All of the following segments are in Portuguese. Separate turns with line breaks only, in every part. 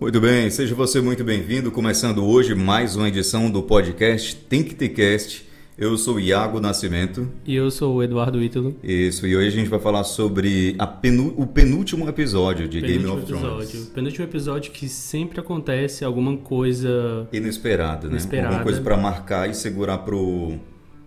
Muito bem, seja você muito bem-vindo. Começando hoje mais uma edição do podcast Tem que ter cast. Eu sou Iago Nascimento.
E eu sou o Eduardo Ítalo.
Isso, e hoje a gente vai falar sobre a penú- o penúltimo episódio de Game of Thrones.
episódio. Penúltimo episódio que sempre acontece alguma coisa
Inesperado, né?
Inesperado.
Alguma coisa pra marcar e segurar pro,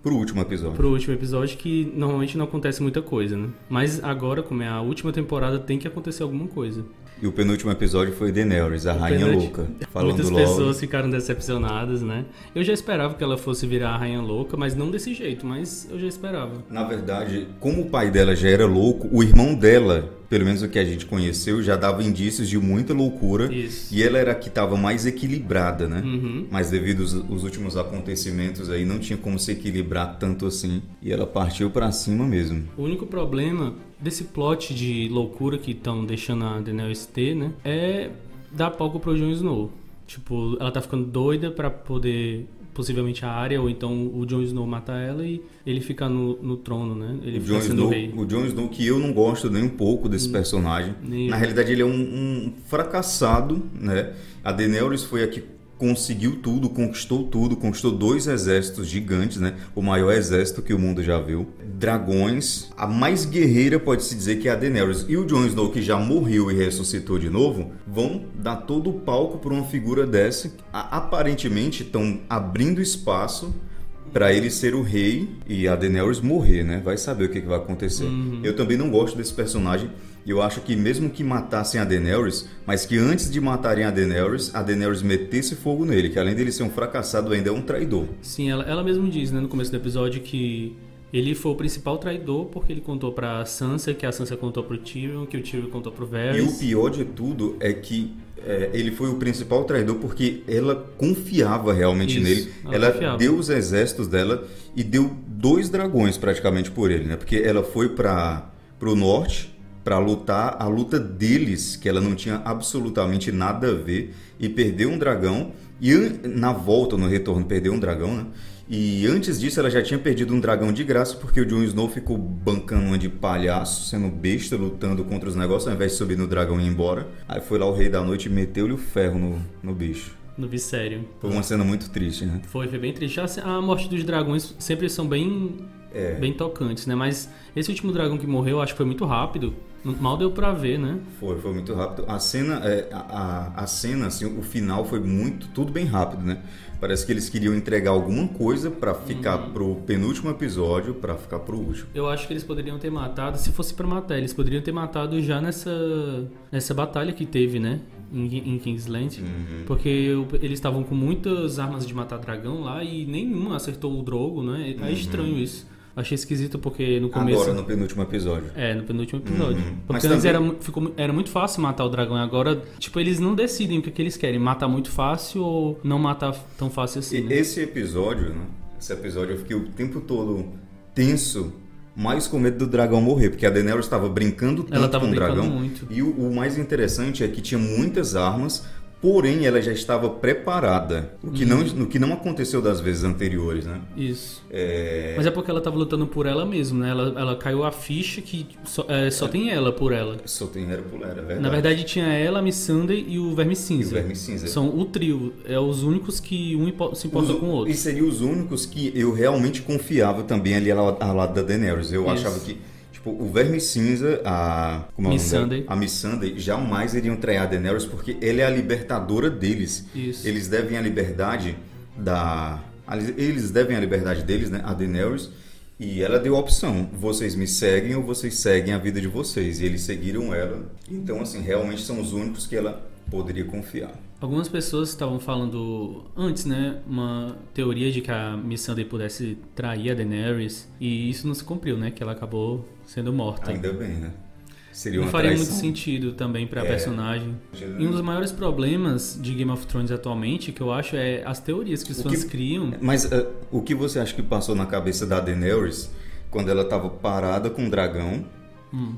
pro último episódio.
pro último episódio que normalmente não acontece muita coisa, né? Mas agora, como é a última temporada, tem que acontecer alguma coisa.
E o penúltimo episódio foi Daenerys, a Rainha
penúlti-
Louca. Falando
Muitas
logo.
pessoas ficaram decepcionadas, né? Eu já esperava que ela fosse virar a rainha louca, mas não desse jeito, mas eu já esperava.
Na verdade, como o pai dela já era louco, o irmão dela, pelo menos o que a gente conheceu, já dava indícios de muita loucura.
Isso.
E ela era a que estava mais equilibrada, né?
Uhum.
Mas devido aos, aos últimos acontecimentos aí, não tinha como se equilibrar tanto assim. E ela partiu pra cima mesmo.
O único problema desse plot de loucura que estão deixando a Daenerys ter, né? É dar palco pro Jon Snow. Tipo, ela tá ficando doida pra poder possivelmente a área ou então o Jon Snow matar ela e ele ficar no, no trono, né? Ele
O
fica
Jon,
sendo
Snow,
rei. Hum.
o Jon Snow, que eu não gosto nem um pouco desse personagem.
nem eu.
Na realidade, ele é um, um fracassado, né? A Daenerys foi a que conseguiu tudo, conquistou tudo, conquistou dois exércitos gigantes, né? O maior exército que o mundo já viu. Dragões. A mais guerreira pode-se dizer que é a Daenerys. E o Jon Snow, que já morreu e ressuscitou de novo, vão dar todo o palco para uma figura dessa. A- aparentemente, estão abrindo espaço Pra ele ser o rei e a Daenerys morrer, né? Vai saber o que, que vai acontecer. Eu também não gosto desse personagem. E eu acho que mesmo que matassem a Daenerys, mas que antes de matarem a Daenerys, a Daenerys metesse fogo nele, que além dele ser um fracassado, ainda é um traidor.
Sim, ela, ela mesma diz, né, no começo do episódio que ele foi o principal traidor porque ele contou pra Sansa, que a Sansa contou pro Tyrion, que o Tyrion contou pro
E o
Varys.
pior de tudo é que é, ele foi o principal traidor porque ela confiava realmente
Isso,
nele.
ela é
Ela,
confiava.
deu os exércitos dela e deu dois dragões praticamente por ele, né? Porque ela foi para o norte para lutar a luta deles, que ela não tinha absolutamente nada a ver, e perdeu um dragão. E an- na volta, no retorno, perdeu um dragão, né? E antes disso, ela já tinha perdido um dragão de graça, porque o Jon Snow ficou bancando uma de palhaço, sendo besta, lutando contra os negócios, ao invés de subir no dragão e ir embora. Aí foi lá o Rei da Noite e meteu-lhe o ferro no, no bicho.
No Viserion.
Foi uma cena muito triste, né?
Foi, foi bem triste. Assim, A, a morte dos dragões sempre são bem, bem tocantes, né? Mas esse último dragão que morreu, acho que foi muito rápido. N- Mal deu pra ver, né?
Foi, foi muito rápido. A cena, é, a, a- a cena, assim, o final foi muito, tudo bem rápido, né? Parece que eles queriam entregar alguma coisa pra ficar
Uhum.
pro penúltimo episódio, pra ficar pro último.
Eu acho que eles poderiam ter matado, se fosse pra matar, eles poderiam ter matado já nessa, nessa batalha que teve, né? Em, em Kingsland. Porque o- eles estavam com muitas armas de matar dragão lá e nenhuma acertou o Drogo, né? É estranho isso. Achei esquisito porque no começo. né?
Agora, no penúltimo episódio.
É, no penúltimo episódio.
Uhum. Mas
Porque antes
também-
era, mu- ficou mu- era muito fácil matar o dragão. e Agora, tipo, eles não decidem o que, que eles querem. Matar muito fácil ou não matar tão fácil assim,
E
né?
esse episódio, né? Esse episódio eu fiquei o tempo todo tenso, mais com medo do dragão morrer, porque a Daenerys estava brincando tanto
Ela tava
com o
brincando
dragão.
muito.
E o, o mais interessante é que tinha muitas armas, porém ela já estava preparada, o que
Uhum.
não o que não aconteceu das vezes anteriores, né?
Isso. Mas é porque ela tava lutando por ela mesma, né? Ela, ela caiu a ficha que só, é, só tem ela por ela.
Só tem Hera Pulera, é verdade.
Na verdade, tinha ela, a Missandei e o Verme
e o
Cinza.
Verme Cinza.
São o trio. É os únicos que um impo- se importa
Os-
com o outro.
E seriam os únicos que eu realmente confiava também ali ao, ao lado da Daenerys. Eu
Isso.
achava que, tipo, o Verme Cinza, a... Como é o nome
Missandei.
dela? A Missandei jamais iriam trair a Daenerys porque ela é a libertadora deles.
Isso.
Eles devem a liberdade da... ali- Eles devem a liberdade deles, né? A Daenerys. E ela deu a opção, vocês me seguem ou vocês seguem a vida de vocês. E eles seguiram ela. Então, assim, realmente são os únicos que ela poderia confiar.
Algumas pessoas estavam falando antes, né? Uma teoria de que a Missandei pudesse trair a Daenerys. E isso não se cumpriu, né? Que ela acabou sendo morta.
Ainda bem, né? Seria
não
uma
faria muito
traição. É.
sentido também pra personagem. E um dos maiores problemas de Game of Thrones atualmente, que eu acho, é as teorias que os
O
fãs
que-
criam.
Mas eh, o que você acha que passou na cabeça da Daenerys quando ela estava parada com o dragão,
Hum.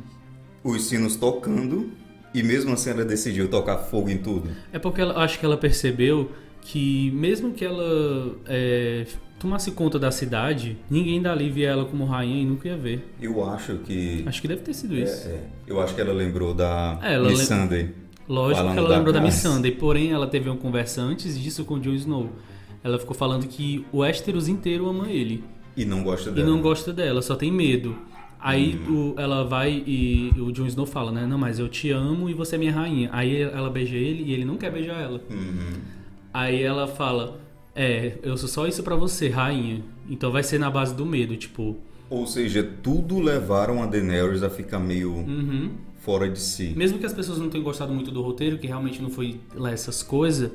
os sinos tocando e mesmo assim ela decidiu tocar fogo em tudo?
É porque ela, acho que ela percebeu que mesmo que ela é, tomasse conta da cidade, ninguém dali via ela como rainha e nunca ia ver.
Eu acho que
Acho que deve ter sido isso.
é, eu acho que ela lembrou da
É, ela lem-
Missandei.
Lógico
Falando
que ela
da
lembrou da
Daenerys.
Miss Sunday, porém ela teve uma conversa antes disso com o Jon Snow. Ela ficou falando que o Westeros inteiro ama ele
E não gosta
e
dela.
não gosta dela, só tem medo. Aí
Uhum.
o- ela vai e o Jon Snow fala, né? Não, mas eu te amo e você é minha rainha. Aí ela beija ele e ele não quer beijar ela.
Uhum.
Aí ela fala, é, eu sou só isso pra você, rainha. Então vai ser na base do medo, tipo,
Ou seja, tudo levaram a Daenerys a ficar meio
uhum.
fora de si.
Mesmo que as pessoas não tenham gostado muito do roteiro, que realmente não foi lá essas coisas,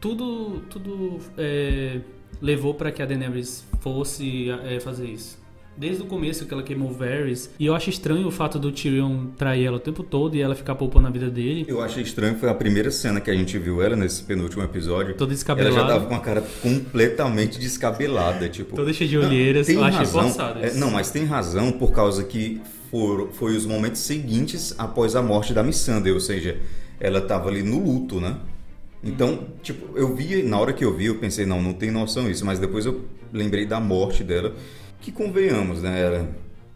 tudo, tudo é, levou pra que a Daenerys fosse é, fazer isso. Desde o começo que ela queimou Varys, e eu acho estranho o fato do Tyrion trair ela o tempo todo e ela ficar poupando a vida dele,
Eu achei estranho, foi a primeira cena que a gente viu ela nesse penúltimo episódio.
toda
Ela já tava
descabelada,
com a cara completamente descabelada, tipo.
toda cheia de
Não,
olheiras,
tem
eu achei
razão.
forçado
É,
isso.
não, mas tem razão por causa que foram, foi os momentos seguintes após a morte da Missandei, ou seja, ela tava ali no luto, né? Então, tipo, eu vi, na hora que eu vi, eu pensei, não, não tem noção isso, mas depois eu lembrei da morte dela, que convenhamos, né? Ela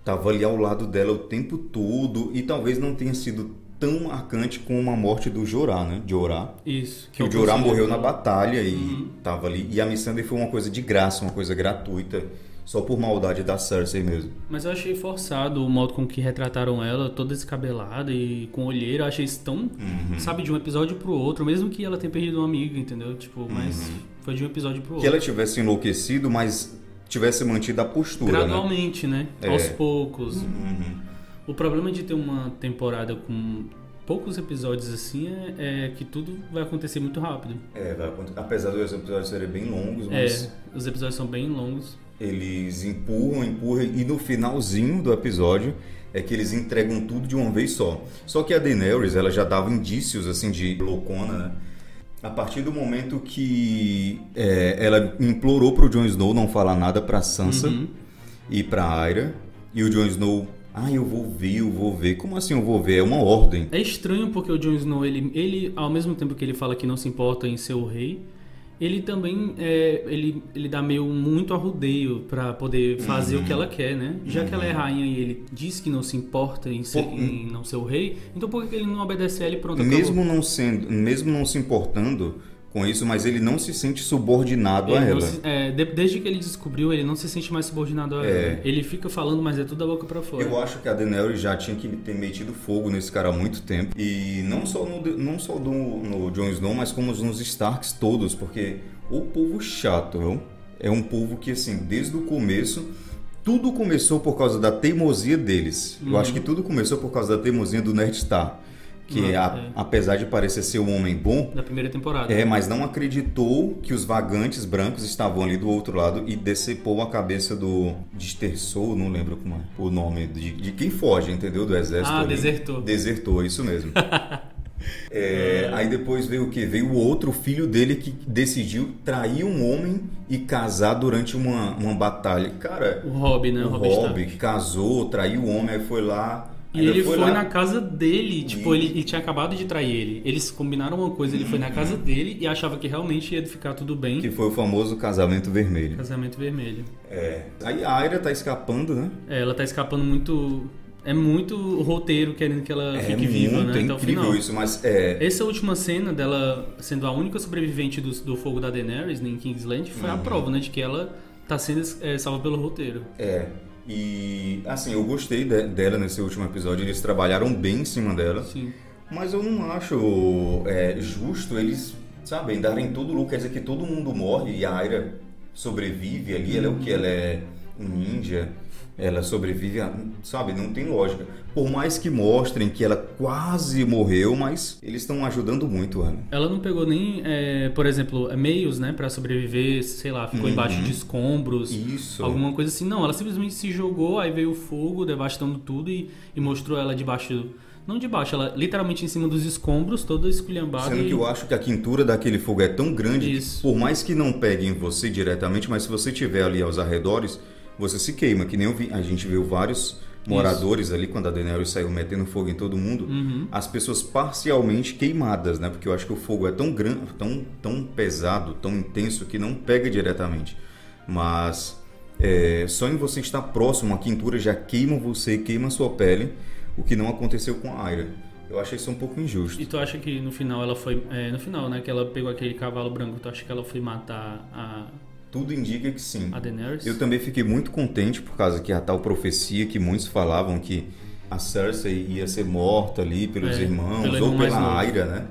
tava ali ao lado dela o tempo todo e talvez não tenha sido tão marcante como a morte do Jorá, né? De Jorá.
Isso.
Que o
Eu
Jorah
consegui- Uhum.
morreu na batalha e tava ali. E a Missandei foi uma coisa de graça, uma coisa gratuita, só por maldade da Cersei mesmo.
Mas eu achei forçado o modo com que retrataram ela, toda descabelada e com olheira. Eu achei isso tão,
Uhum.
sabe, de um episódio pro outro, mesmo que ela tenha perdido um amigo, entendeu? Tipo, mas foi de um episódio pro
Uhum. Que
outro.
ela tivesse enlouquecido, mas tivesse mantido a postura, né?
Gradualmente, né?
É. Uhum.
Aos poucos. O problema de ter uma temporada com poucos episódios assim é, é que tudo vai acontecer muito rápido.
É, vai acontecer. apesar dos episódios serem bem longos,
É,
mas
os episódios são bem longos.
eles empurram, empurram e no finalzinho do episódio é que eles entregam tudo de uma vez só. Só que a Daenerys, ela já dava indícios assim de loucona, né? A partir do momento que é, ela implorou pro Jon Snow não falar nada pra Sansa
Uhum.
e pra Arya, e o Jon Snow, ah, eu vou ver, eu vou ver. Como assim eu vou ver? É uma ordem.
É estranho porque o Jon Snow, ele, ele, ao mesmo tempo que ele fala que não se importa em ser o rei, ele também é, ele, ele dá meio muito arrudeio pra poder fazer o que ela quer, né? Já que ela é rainha e ele diz que não se importa em, ser-
Uhum. Por-
em não ser o rei, então por que ele não obedece a ele e pronto? acabou?
Mesmo não sendo, mesmo não se importando com isso, mas ele não se sente subordinado a
Ele não
ela.
se- é, de- desde que ele descobriu, ele não se sente mais subordinado a
É.
ela. Ele fica falando, mas é tudo da boca pra fora.
Eu acho que a Daenerys já tinha que ter metido fogo nesse cara há muito tempo. E não só no, não só do, no Jon Snow, mas como nos Starks todos, porque o povo chato viu? é um povo que, assim, desde o começo, tudo começou por causa da teimosia deles. Eu acho que tudo começou por causa da teimosia do Ned Stark, que
Hum,
a-
é.
apesar de parecer ser um homem bom,
Da primeira temporada.
é, mas não acreditou que os vagantes brancos estavam ali do outro lado e decepou a cabeça do Disterçou, não lembro como é o nome, de, de quem foge, entendeu? Do exército.
Ah,
ali.
desertou.
Desertou, isso mesmo. É, aí depois veio o que? Veio o outro filho dele que decidiu trair um homem e casar durante uma, uma batalha. Cara,
O Rob, né?
o
O Rob
Rob
Stark.
casou, traiu o homem, aí foi lá.
E
ainda
ele foi,
lá-
na casa dele, tipo,
E-
ele, ele tinha acabado de trair ele. Eles combinaram uma coisa, ele foi na casa dele e achava que realmente ia ficar tudo bem.
Uhum. Que foi o famoso casamento vermelho.
Casamento vermelho.
É. Aí a Aira tá escapando, né?
É, ela tá escapando muito. É muito o roteiro querendo que ela
É
fique viva,
muito
né? Até o
incrível
final.
isso, mas é,
Essa última cena dela sendo a única sobrevivente do, do fogo da Daenerys em Kingsland foi
Uhum.
a prova, né? De que ela tá sendo é, salva pelo roteiro.
é. E assim, eu gostei de- dela nesse último episódio, eles trabalharam bem em cima dela,
Sim.
mas eu não acho é, justo eles, sabem, darem todo o lucro, quer dizer que todo mundo morre e a Arya sobrevive ali, ela é o que? Ela é um ninja, ela sobrevive, a- sabe, não tem lógica. Por mais que mostrem que ela quase morreu, mas eles estão ajudando muito ela.
Ela não pegou nem, é, por exemplo, meios, né, Pra sobreviver, sei lá, ficou
Uhum.
embaixo de escombros.
Isso.
Alguma coisa assim. Não, ela simplesmente se jogou, aí veio o fogo, devastando tudo e, e mostrou ela debaixo. Não debaixo, ela literalmente em cima dos escombros, toda esculhambada.
Sendo
e-
que eu acho que a quintura daquele fogo é tão grande
Isso.
que, por mais que não pegue em você diretamente, mas se você tiver ali aos arredores, você se queima. Que nem eu vi, a gente viu vários moradores ali, quando a Daenerys saiu metendo fogo em todo mundo,
Uhum.
as pessoas parcialmente queimadas, né? Porque eu acho que o fogo é tão grande, tão, tão pesado, tão intenso, que não pega diretamente. Mas é, só em você estar próximo, a quintura já queima você, queima a sua pele, o que não aconteceu com a Arya. Eu achei isso um pouco injusto.
E tu acha que no final ela foi. é, no final, né? Que ela pegou aquele cavalo branco, tu acha que ela foi matar a,
Tudo indica que sim.
a Daenerys?
Eu também fiquei muito contente por causa que a tal profecia que muitos falavam que a Cersei ia ser morta ali pelos
É,
irmãos
pelo
ou
irmão mais
pela
novo. Uhum.
Aira, né?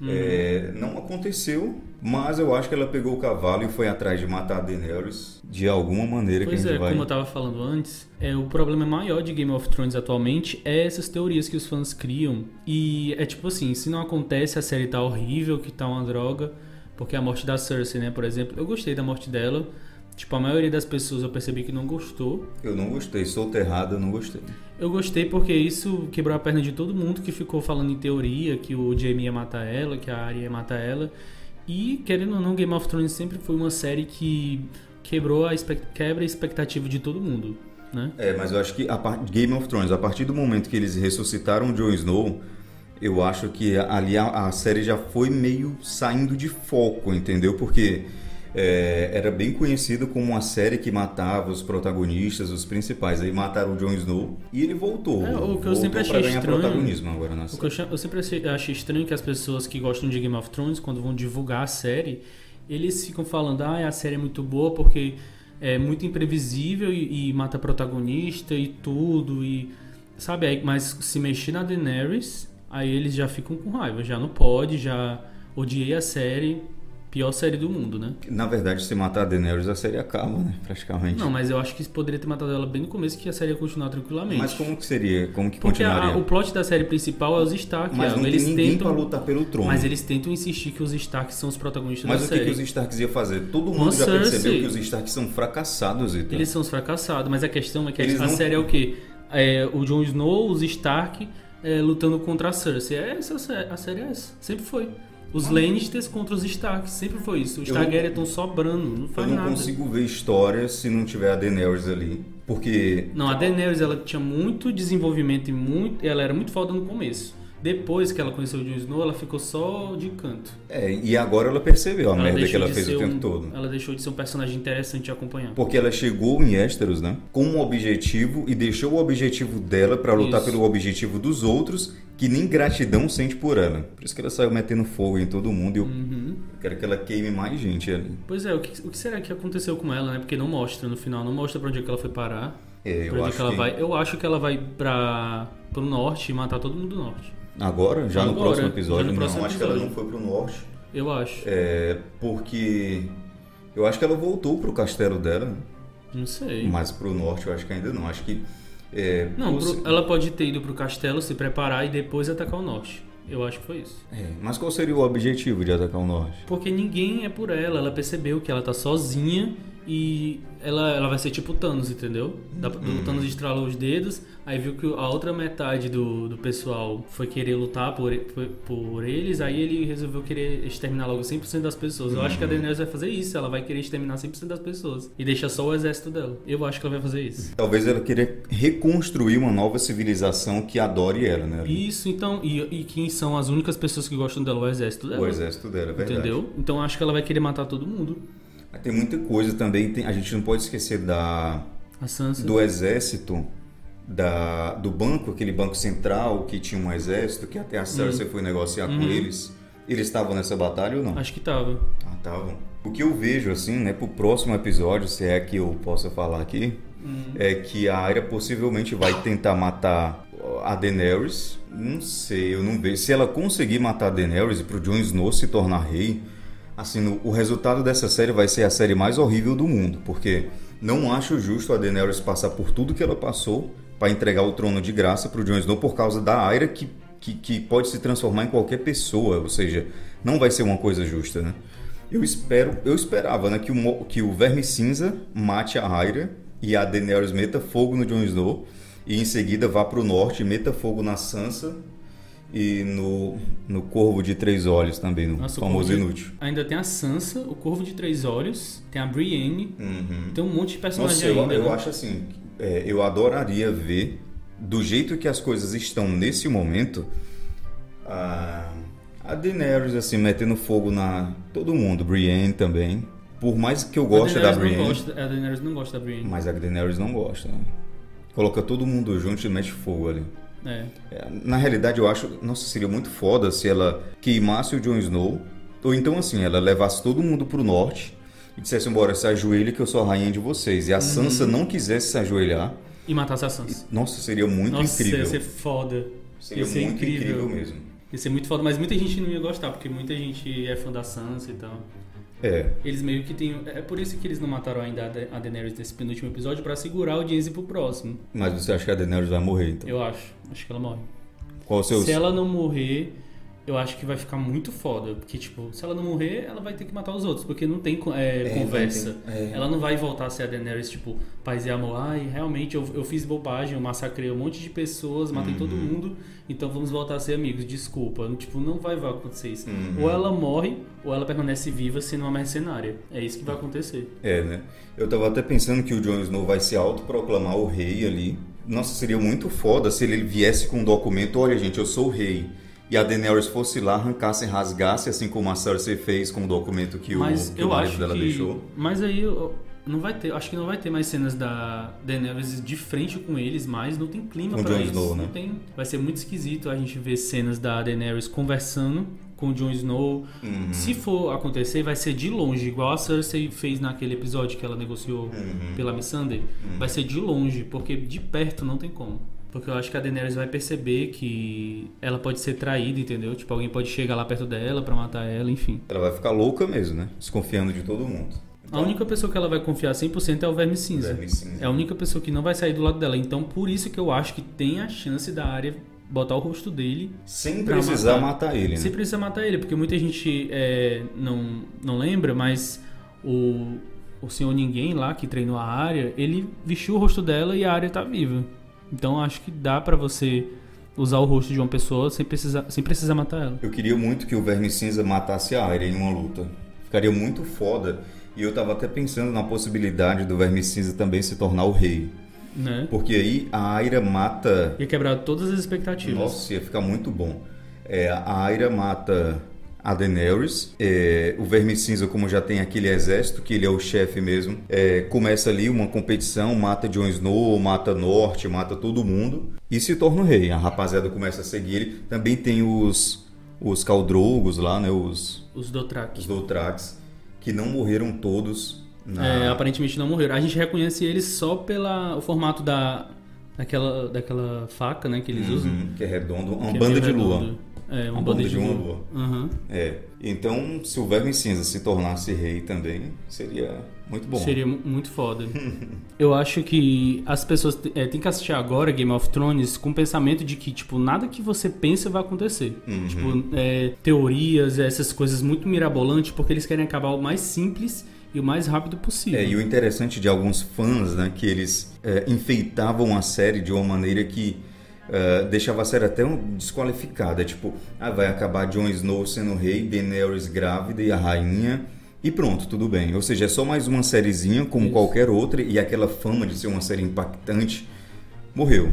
É, não aconteceu, mas eu acho que ela pegou o cavalo e foi atrás de matar a Daenerys de alguma maneira
Pois
que a
é,
gente vai.
como eu tava falando antes, é, o problema maior de Game of Thrones atualmente é essas teorias que os fãs criam. E é tipo assim, se não acontece, a série tá horrível, que tá uma droga. Porque a morte da Cersei, né, por exemplo, eu gostei da morte dela. Tipo, a maioria das pessoas eu percebi que não gostou.
Eu não gostei, sou terrado, eu não gostei.
Eu gostei porque isso quebrou a perna de todo mundo que ficou falando em teoria que o Jaime ia matar ela, que a Arya ia matar ela. E, querendo ou não, Game of Thrones sempre foi uma série que quebrou a expec- quebra a expectativa de todo mundo, né?
É, mas eu acho que a par- Game of Thrones, a partir do momento que eles ressuscitaram Jon Snow, eu acho que ali a, a série já foi meio saindo de foco, entendeu? Porque é, era bem conhecida como uma série que matava os protagonistas, os principais. Aí mataram o Jon Snow e ele voltou.
É, o que eu
voltou
sempre
pra
achei
ganhar
estranho-
protagonismo agora na
O que eu,
série.
cha- eu sempre achei, achei estranho que as pessoas que gostam de Game of Thrones, quando vão divulgar a série, eles ficam falando, ah, a série é muito boa porque é muito imprevisível e, e mata protagonista e tudo, e sabe, aí, mas se mexer na Daenerys, aí eles já ficam com raiva, já não pode, já odiei a série, pior série do mundo, né?
Na verdade, se matar a Daenerys, a série acaba, né? Praticamente.
Não, mas eu acho que poderia ter matado ela bem no começo que a série ia continuar tranquilamente.
mas como que seria? Como que
Porque a-
continuaria?
o plot da série principal é os Stark,
Mas
Iago.
não
eles
tem ninguém
tentam...
pra lutar pelo trono.
Mas eles tentam insistir que os Stark são os protagonistas
Mas
da
o que,
série.
que os Starks iam fazer? Todo mundo
Uma
já percebeu
Cersei.
que os Starks são fracassados, Ethan.
Eles são os fracassados, mas a questão é que a-
Eles
a
não-
série é o quê? É, o Jon Snow, os Stark é, lutando contra a Cersei. É essa a sé- a série é essa. Sempre foi. Os Lannisters contra os Stark. Sempre foi isso. Os
Ah. Eu-
Targaryen estão sobrando. Não
Eu
faz
não
nada.
consigo ver história se não tiver a Daenerys ali. Porque
Não, a Daenerys ela tinha muito desenvolvimento e muito, ela era muito foda no começo. Depois que ela conheceu o Jon Snow, ela ficou só de canto.
é, e agora ela percebeu a
Ela
merda é que
deixou
ela
de
fez
ser
o tempo
um-
todo.
Ela deixou de ser um personagem interessante de acompanhar.
Porque ela chegou em Ésteros, né? Com um objetivo e deixou o objetivo dela pra lutar
Isso.
pelo objetivo dos outros, que nem gratidão sente por ela. Por isso que ela saiu metendo fogo em todo mundo e eu
Uhum.
quero que ela queime mais gente ali.
Pois é, o que, o que será que aconteceu com ela, né? Porque não mostra no final, não mostra pra onde é que ela foi parar.
É,
pra
eu
onde é
acho
que ela
que
vai. Eu acho que ela vai pra, pro norte e matar todo mundo do norte.
agora, já no
Agora,
próximo
já no
episódio,
próximo
não, acho que ela
episódio.
não foi pro norte.
Eu acho.
É, porque eu acho que ela voltou pro castelo dela,
Não sei.
mas pro norte eu acho que ainda não. Acho que é,
Não,
possi-
pro- ela pode ter ido pro castelo, se preparar e depois atacar o norte. Eu acho que foi isso.
É, mas qual seria o objetivo de atacar o norte?
Porque ninguém é por ela, ela percebeu que ela tá sozinha e ela, ela vai ser tipo o Thanos, entendeu? Da,
Uhum.
O Thanos estralou os dedos, aí viu que a outra metade do, do pessoal foi querer lutar por, e- por, por eles, aí ele resolveu querer exterminar logo 100% das pessoas. Eu
Uhum.
acho que a Daenerys vai fazer isso, ela vai querer exterminar 100% das pessoas e deixa só o exército dela. Eu acho que ela vai fazer isso.
Talvez ela queria reconstruir uma nova civilização que adore ela, né?
Isso, então, e, e quem são as únicas pessoas que gostam dela? O exército dela.
O exército dela, é verdade.
Entendeu? Então acho que ela vai querer matar todo mundo.
Mas Tem muita coisa também, tem- a gente não pode esquecer da,
A Sansa.
do exército, da, do banco, aquele banco central que tinha um exército, que até a Cersei foi negociar
Uhum.
com eles. Eles estavam nessa batalha ou não?
Acho que tava.
Ah, tá bom. O que eu vejo, assim, né, pro próximo episódio, se é que eu possa falar aqui, é que a Arya possivelmente vai tentar matar ó, a Daenerys. Não sei, eu não vejo. Se ela conseguir matar a Daenerys e pro Jon Snow se tornar rei, assim, no- o resultado dessa série vai ser a série mais horrível do mundo, porque não acho justo a Daenerys passar por tudo que ela passou pra entregar o trono de graça pro Jon Snow por causa da Arya que, que, que pode se transformar em qualquer pessoa, ou seja, não vai ser uma coisa justa, né? Eu espero, eu esperava, né, que o, mo- que o Verme Cinza mate a Arya e a Daenerys meta fogo no Jon Snow e em seguida vá pro norte e meta fogo na Sansa e no, no Corvo de Três Olhos também, no
Nossa, o
famoso
Corvo de-
inútil.
Ainda tem a Sansa, o Corvo de Três Olhos, tem a Brienne, tem um monte de personagem
Uhum. Nossa, eu,
ainda.
eu
né?
acho assim, é, eu adoraria ver do jeito que as coisas estão nesse momento a, a Daenerys assim metendo fogo na todo mundo, Brienne também. Por mais que eu goste
a
da
Daenerys
Brienne,
Não gosta, a Daenerys não gosta da Brienne.
Mas a Daenerys não gosta, né? Coloca todo mundo junto e mete fogo ali.
É.
Na realidade, eu acho, nossa, seria muito foda se ela queimasse o Jon Snow, ou então assim, ela levasse todo mundo pro norte e dissesse, embora, se ajoelhe que eu sou a rainha de vocês. E a
Uhum.
Sansa não quisesse se ajoelhar.
E matasse a Sansa.
Nossa, seria muito
Nossa,
incrível.
ia ser foda.
Seria
ia ser
muito incrível. mesmo.
Ia ser muito foda, mas muita gente não ia gostar, porque muita gente é fã da Sansa e tal.
É,
Eles meio que têm. É por isso que eles não mataram ainda a Da- a Daenerys nesse penúltimo episódio, pra segurar a audiência pro próximo.
mas você acha que a Daenerys vai morrer, então?
Eu acho. Acho que ela morre.
Qual é o seu...
Se ela não morrer, eu acho que vai ficar muito foda. Porque, tipo, se ela não morrer, ela vai ter que matar os outros. Porque não tem co- é,
É,
conversa.
não tem- é.
Ela não vai voltar a ser a Daenerys, tipo, paz e amor. Ai, realmente, eu, eu fiz bobagem, eu massacrei um monte de pessoas, matei todo
Uhum.
mundo. Então vamos voltar a ser amigos, desculpa. Tipo, não vai, vai acontecer isso.
Uhum.
Ou ela morre, ou ela permanece viva sendo uma mercenária. É isso que vai acontecer.
É, né? Eu tava até pensando que o Jon Snow vai se autoproclamar o rei ali. Nossa, seria muito foda se ele viesse com um documento, olha gente, eu sou o rei. E a Daenerys fosse lá, arrancasse, rasgasse, assim como a Cersei fez com o documento que o,
Mas
que o
eu
marido
acho
dela
que...
deixou.
Mas aí eu- não vai ter, acho que não vai ter mais cenas da Daenerys de frente com eles, mas não tem clima
Com
pra
Jon
isso.
Snow, né?
Não tem. Vai ser muito esquisito a gente ver cenas da Daenerys conversando com o Jon Snow.
Uhum.
Se for acontecer, vai ser de longe, igual a Cersei fez naquele episódio que ela negociou
Uhum.
pela Missandei. Vai ser de longe, porque de perto não tem como. Porque eu acho que a Daenerys vai perceber que ela pode ser traída, entendeu? Tipo, alguém pode chegar lá perto dela pra matar ela, enfim.
Ela vai ficar louca mesmo, né? Desconfiando de todo mundo.
A única pessoa que ela vai confiar 100% é o Verme Cinza.
Então, Verme cinza.
É a única pessoa que não vai sair do lado dela. Então, por isso que eu acho que tem a chance da área botar o rosto dele.
Sem
pra
precisar matar, ele, né?
Se precisa matar ele, porque muita gente é, não, não lembra, mas o, o senhor Ninguém lá, que treinou a área, ele vestiu o rosto dela e a área tá viva. Então, acho que dá pra você usar o rosto de uma pessoa sem precisar, sem precisar matar ela.
Eu queria muito que o Verme Cinza matasse a Arya em uma luta. Ficaria muito foda. E eu tava até pensando na possibilidade do Verme Cinza também se tornar o rei.
Né?
Porque aí a Aira mata.
Ia quebrar todas as expectativas.
Nossa, ia ficar muito bom. É, a Aira mata a Daenerys. É, o Verme Cinza, como já tem aquele exército, que ele é o chefe mesmo, é, começa ali uma competição, mata Jon Snow, mata Norte, mata todo mundo e se torna o rei. A rapaziada começa a seguir ele. Também tem os, os Caldrogos lá, né? Os,
Os Dothraki.
os Dothrax, que não morreram todos. Na...
É, aparentemente não morreram. A gente reconhece eles só pela o formato da daquela daquela faca, né, que eles usam.
Uhum, que é redondo, uma
que é
banda
meio
de lua.
redondo. É, uma, banda, de
uma
lua.
lua.
Aham.
É. Então, se o Verme Cinza se tornasse rei também, seria muito bom.
Seria mu- muito foda. Eu acho que as pessoas te- é, têm que assistir agora Game of Thrones com o pensamento de que, tipo, nada que você pensa vai acontecer.
Uhum.
Tipo, é, teorias, essas coisas muito mirabolantes, porque eles querem acabar o mais simples e o mais rápido possível.
É, e o interessante de alguns fãs, né, que eles é, enfeitavam a série de uma maneira que é, deixava a série até um- desqualificada. Tipo, ah, vai acabar Jon Snow sendo rei, Daenerys grávida e a rainha, e pronto, tudo bem. Ou seja, é só mais uma sériezinha como
Isso.
qualquer outra, e aquela fama de ser uma série impactante morreu.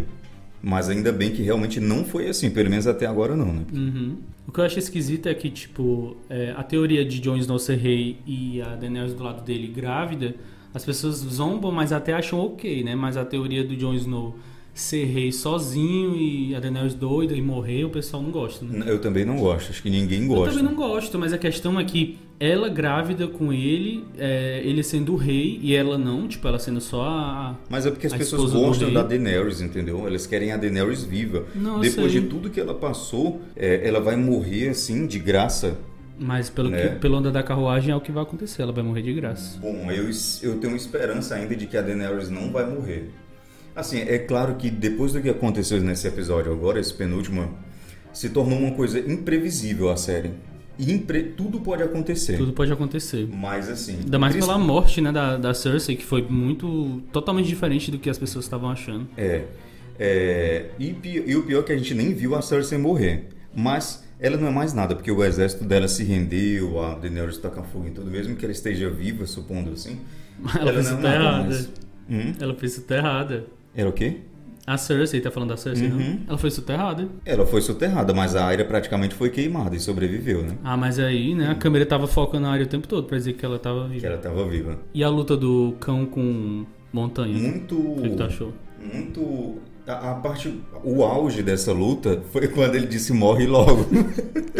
Mas ainda bem que realmente não foi assim, pelo menos até agora não, né?
Uhum. O que eu acho esquisito é que, tipo, é, a teoria de Jon Snow ser rei e a Daenerys do lado dele grávida, as pessoas zombam, mas até acham ok, né? Mas a teoria do Jon Snow ser rei sozinho e a Daenerys doida e morrer, o pessoal não gosta, né?
Eu também não gosto, acho que ninguém
Eu
gosta.
também não gosto, mas a questão é que ela grávida com ele, é, ele sendo o rei e ela não, tipo, ela sendo só a...
Mas é porque as
A
pessoas
esposa do
gostam
rei.
da Daenerys, entendeu? Elas querem a Daenerys viva.
Não, eu
Depois
sei.
de tudo que ela passou, é, ela vai morrer assim, de graça.
Mas pelo,
Né?
que, pelo andar da carruagem é o que vai acontecer, ela vai morrer de graça.
Bom, eu, es- eu tenho esperança ainda de que a Daenerys não vai morrer. Assim, é claro que depois do que aconteceu nesse episódio agora, esse penúltimo, se tornou uma coisa imprevisível a série. Impre- tudo pode acontecer.
Tudo pode acontecer.
Mas assim.
Ainda mais
principalmente-
pela morte, né, da, da Cersei, que foi muito. totalmente diferente do que as pessoas estavam achando.
É. é, e, pi- e o pior é que a gente nem viu a Cersei morrer. Mas ela não é mais nada, porque o exército dela se rendeu, a Daenerys tá com fogo em tudo, mesmo que ela esteja viva, supondo assim.
Ela, fez
não é
tudo
nada
errada.
mais. Hum?
Ela fez tudo errada.
Era o quê?
A Cersei, tá falando da Cersei,
Uhum.
não? Ela fez tudo errada.
Ela foi soterrada, mas a Arya praticamente foi queimada e sobreviveu, né?
Ah, mas aí, né, a câmera tava focando na área o tempo todo pra dizer que ela tava
Que
viva.
ela tava viva.
E a luta do cão com montanha?
Muito.
O que, que tu achou?
Muito A, a parte, o auge dessa luta foi quando ele disse morre logo.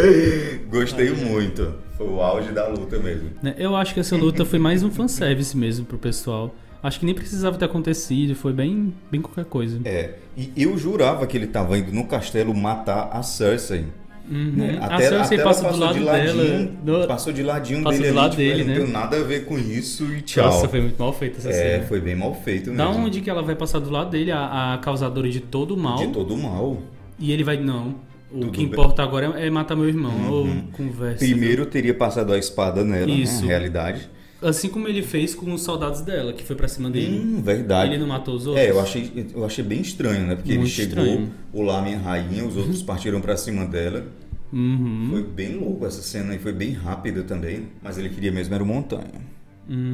Gostei muito. Foi o auge da luta mesmo.
Né, Eu acho que essa luta foi mais um fanservice mesmo pro pessoal. Acho que nem precisava ter acontecido, foi bem, bem qualquer coisa.
É, e eu jurava que ele tava indo no castelo matar a Cersei. né?
Uhum. A
Até, até
Cersei
ela
passa do
passou
lado
de
dela.
ladinho,
no-
passou de ladinho
Passa
dele
do
ali,
lado
tipo,
dele,
ele
né?
não tem nada a ver com isso e tchau.
Nossa, foi muito um mal feita essa
é,
cena.
foi bem mal feito mesmo.
Da onde que ela vai passar do lado dele, a, a causadora de todo o mal,
De todo mal.
e ele vai, não, o
Tudo
que
bem. Uhum.
importa agora é é matar meu irmão. Ô, conversa.
Primeiro teria passado a espada nela,
Isso.
né? Na realidade.
Assim como ele fez com os soldados dela, que foi pra cima dele.
Hum, verdade.
Ele não matou os outros?
É, eu achei, eu achei bem estranho, né? Porque ele
Muito
chegou,
estranho.
o lá minha rainha, os outros partiram pra cima dela.
Uhum.
Foi bem louco essa cena e foi bem rápida também, mas ele queria mesmo era o Montanha.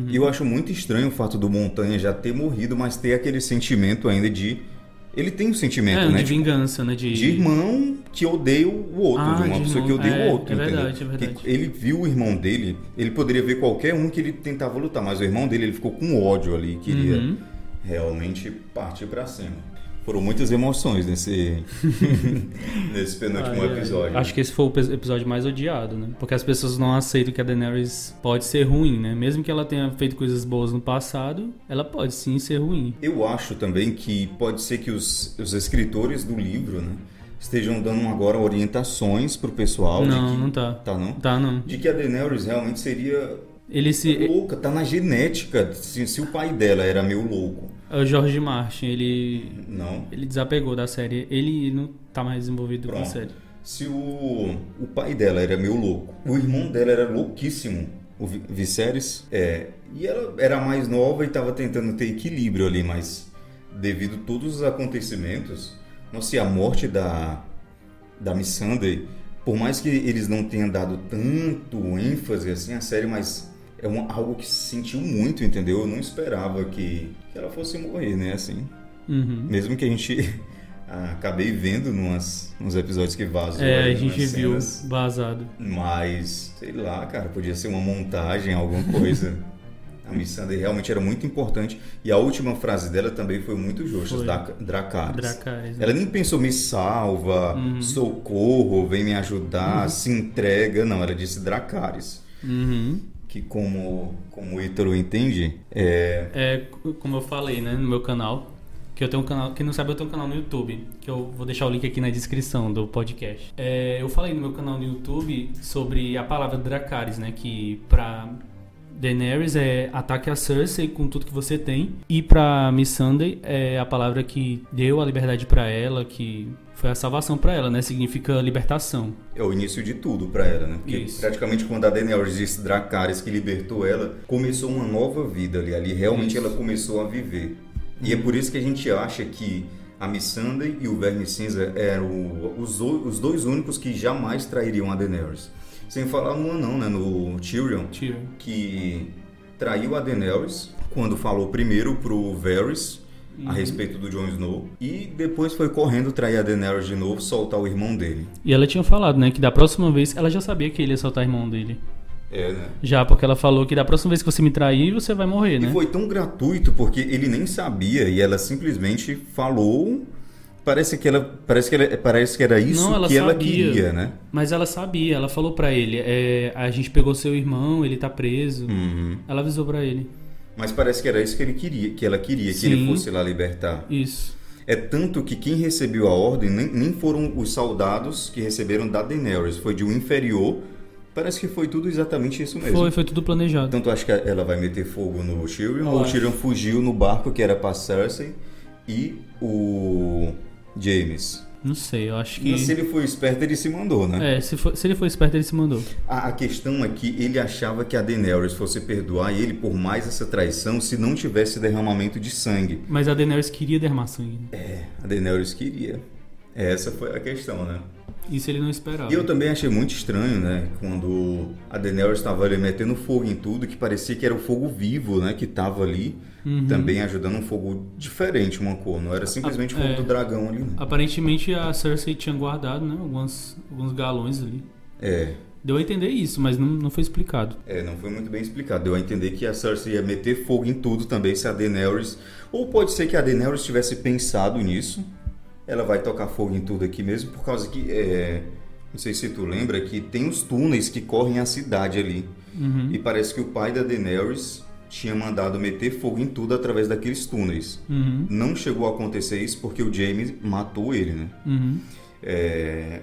E eu acho muito estranho o fato do Montanha já ter morrido, mas ter aquele sentimento ainda de ele tem um sentimento,
É,
né?
de
tipo,
vingança, né? De,
de irmão que odeia o outro,
Ah,
de uma
de
pessoa
irmão.
que odeia
É,
o outro,
é
entendeu?
verdade, é verdade.
Que ele viu o irmão dele, ele poderia ver qualquer um que ele tentava lutar, mas o irmão dele ele ficou com ódio ali, queria
Uhum.
realmente partir pra cima. Foram muitas emoções nesse nesse penúltimo né,
Ai, ai.
tipo, um episódio.
Ah, é. Acho que esse foi o pe- episódio mais odiado, né? Porque as pessoas não aceitam que a Daenerys pode ser ruim, né? Mesmo que ela tenha feito coisas boas no passado, ela pode sim ser ruim.
Eu acho também que pode ser que os, os escritores do livro né, estejam dando agora orientações pro pessoal. de
não,
que-
não tá.
Tá não?
Tá, não.
De que a Daenerys realmente seria
Ele se.
louca, tá na genética. Se, se o pai dela era meio louco,
O George Martin, ele.
não.
Ele desapegou da série. Ele não tá mais envolvido com a
Pronto.
série.
Se o, o pai dela era meio louco, o irmão dela era louquíssimo, o Vi- Viserys, é, e ela era mais nova e estava tentando ter equilíbrio ali, mas devido a todos os acontecimentos, nossa, e a morte da, da Missandei, por mais que eles não tenham dado tanto ênfase assim à série, mas é uma- algo que se sentiu muito, entendeu? Eu não esperava que, que ela fosse morrer, né, assim...
Uhum.
Mesmo que a gente ah, acabei vendo numas, nos episódios que vazou.
É, a
aí,
gente
umas
viu
cenas.
vazado.
Mas, sei lá, cara, podia ser uma montagem, alguma coisa. a Missandei realmente era muito importante. E a última frase dela também foi muito justa,
Foi.
da Dracarys.
Dracarys. Uhum. né?
Ela nem pensou, me salva, socorro, vem me ajudar, se entrega. Não, ela disse Dracarys.
Uhum.
Que como, como o Ítalo entende, é...
É, c- como eu falei, né, no meu canal, que eu tenho um canal, quem não sabe, eu tenho um canal no YouTube, que eu vou deixar o link aqui na descrição do podcast. É, eu falei no meu canal no YouTube sobre a palavra Dracarys, né, que pra Daenerys é ataque a Cersei com tudo que você tem, e pra Missandei é a palavra que deu a liberdade pra ela, que foi a salvação pra ela, né, significa libertação.
É o início de tudo pra ela, né? Porque
Isso.
praticamente quando a Daenerys disse Dracarys que libertou ela, começou uma nova vida ali. Ali realmente
Isso.
ela começou a viver. E é por isso que a gente acha que a Missandei e o Verme Cinza eram os, o- os dois únicos que jamais trairiam a Daenerys. Sem falar no anão, né? No Tyrion,
Tio.
que traiu a Daenerys quando falou primeiro pro Varys
Uhum.
a respeito do Jon Snow. E depois foi correndo trair a Daenerys de novo, soltar o irmão dele.
E ela tinha falado, né, que da próxima vez ela já sabia que ele ia soltar o irmão dele.
É, né?
Já, porque ela falou que da próxima vez que você me trair, você vai morrer,
E
né?
foi tão gratuito porque ele nem sabia e ela simplesmente falou. Parece que ela parece que ela, parece que era isso
Não, ela
que ela
sabia.
queria, né?
Mas ela sabia, ela falou pra ele, é, a gente pegou seu irmão, ele tá preso.
Uhum.
Ela avisou pra ele.
Mas parece que era isso que ele queria, que ela queria que
Sim.
ele fosse lá libertar.
Isso.
É tanto que quem recebeu a ordem nem, nem foram os soldados que receberam da Daenerys, foi de um inferior. Parece que foi tudo exatamente isso mesmo. Então,
Foi, foi tudo planejado.
Tanto acho que ela vai meter fogo no Tyrion,
Eu
ou o
acho.
Tyrion fugiu no barco que era pra Cersei e o James.
Não sei, eu acho que.
Mas se ele foi esperto, ele se mandou, né?
É, se, for- se ele for esperto, ele se mandou.
A, a questão é que ele achava que a Daenerys fosse perdoar ele por mais essa traição se não tivesse derramamento de sangue.
Mas a Daenerys queria derramar sangue. né?
A Daenerys queria. Essa foi a questão, né?
Isso ele não esperava.
E eu também achei muito estranho, né? Quando a Daenerys estava ali metendo fogo em tudo, que parecia que era o fogo vivo, né? Que tava ali,
Uhum.
também ajudando um fogo diferente, uma cor. Não era simplesmente o fogo
é.
do dragão ali, né?
Aparentemente a Cersei tinha guardado, né? Alguns, alguns galões ali.
É,
Deu a entender isso, mas não, não foi explicado.
É, não foi muito bem explicado. Deu a entender que a Cersei ia meter fogo em tudo também se a Daenerys... Ou pode ser que a Daenerys tivesse pensado nisso ela vai tocar fogo em tudo aqui mesmo, por causa que. é, não sei se tu lembra que tem os túneis que correm a cidade ali.
Uhum.
E parece que o pai da Daenerys tinha mandado meter fogo em tudo através daqueles túneis.
Uhum.
Não chegou a acontecer isso porque o Jaime matou ele, né?
Uhum.
É,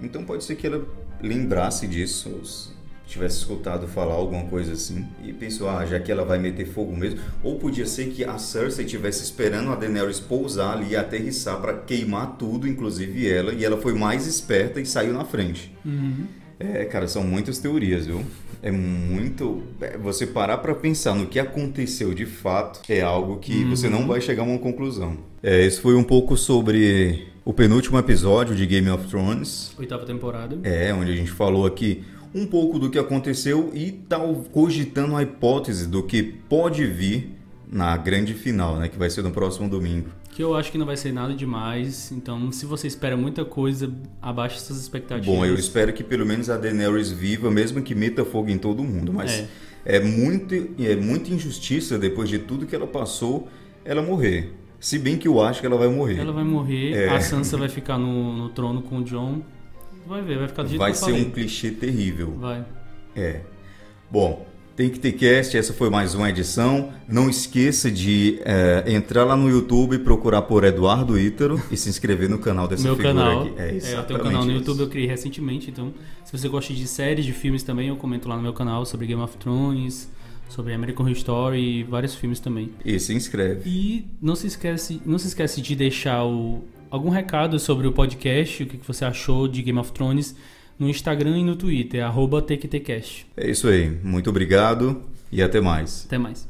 Então pode ser que ela lembrasse disso, ou se tivesse escutado falar alguma coisa assim, e pensou, ah, já que ela vai meter fogo mesmo. Ou podia ser que a Cersei estivesse esperando a Daenerys pousar ali e aterrissar para queimar tudo, inclusive ela, e ela foi mais esperta e saiu na frente.
Uhum.
É, cara, são muitas teorias, viu? É muito. é, você parar pra pensar no que aconteceu de fato é algo que você não vai chegar a uma conclusão. É, esse foi um pouco sobre o penúltimo episódio de Game of Thrones.
Oitava temporada.
É, onde a gente falou aqui um pouco do que aconteceu e tal, cogitando a hipótese do que pode vir na grande final, né? Que vai ser no próximo domingo.
Que eu acho que não vai ser nada demais. Então, se você espera muita coisa, abaixa suas expectativas.
Bom, eu espero que pelo menos a Daenerys viva, mesmo que meta fogo em todo mundo, mas
É.
é, muito, é muita injustiça depois de tudo que ela passou, ela morrer. Se bem que eu acho que ela vai morrer.
Ela vai morrer,
É.
a Sansa vai ficar no, no trono com o John. Vai ver, vai ficar do jeito
vai
que eu
ser
falei.
um clichê terrível.
Vai.
É. Bom, tem que ter cast, essa foi mais uma edição. Não esqueça de é, entrar lá no YouTube e procurar por Eduardo Ítero e se inscrever no canal dessa
Meu
figura
canal.
aqui. É
eu tenho um canal no
exatamente
YouTube,
isso.
eu criei recentemente. Então, se você gosta de séries, de filmes também, eu comento lá no meu canal sobre Game of Thrones, sobre American Horror Story e vários filmes também.
E se inscreve.
E não se esquece, não se esquece de deixar o- algum recado sobre o podcast, o que que você achou de Game of Thrones, no Instagram e no Twitter, arroba TQTcast.
É isso aí. Muito obrigado e até mais.
Até mais.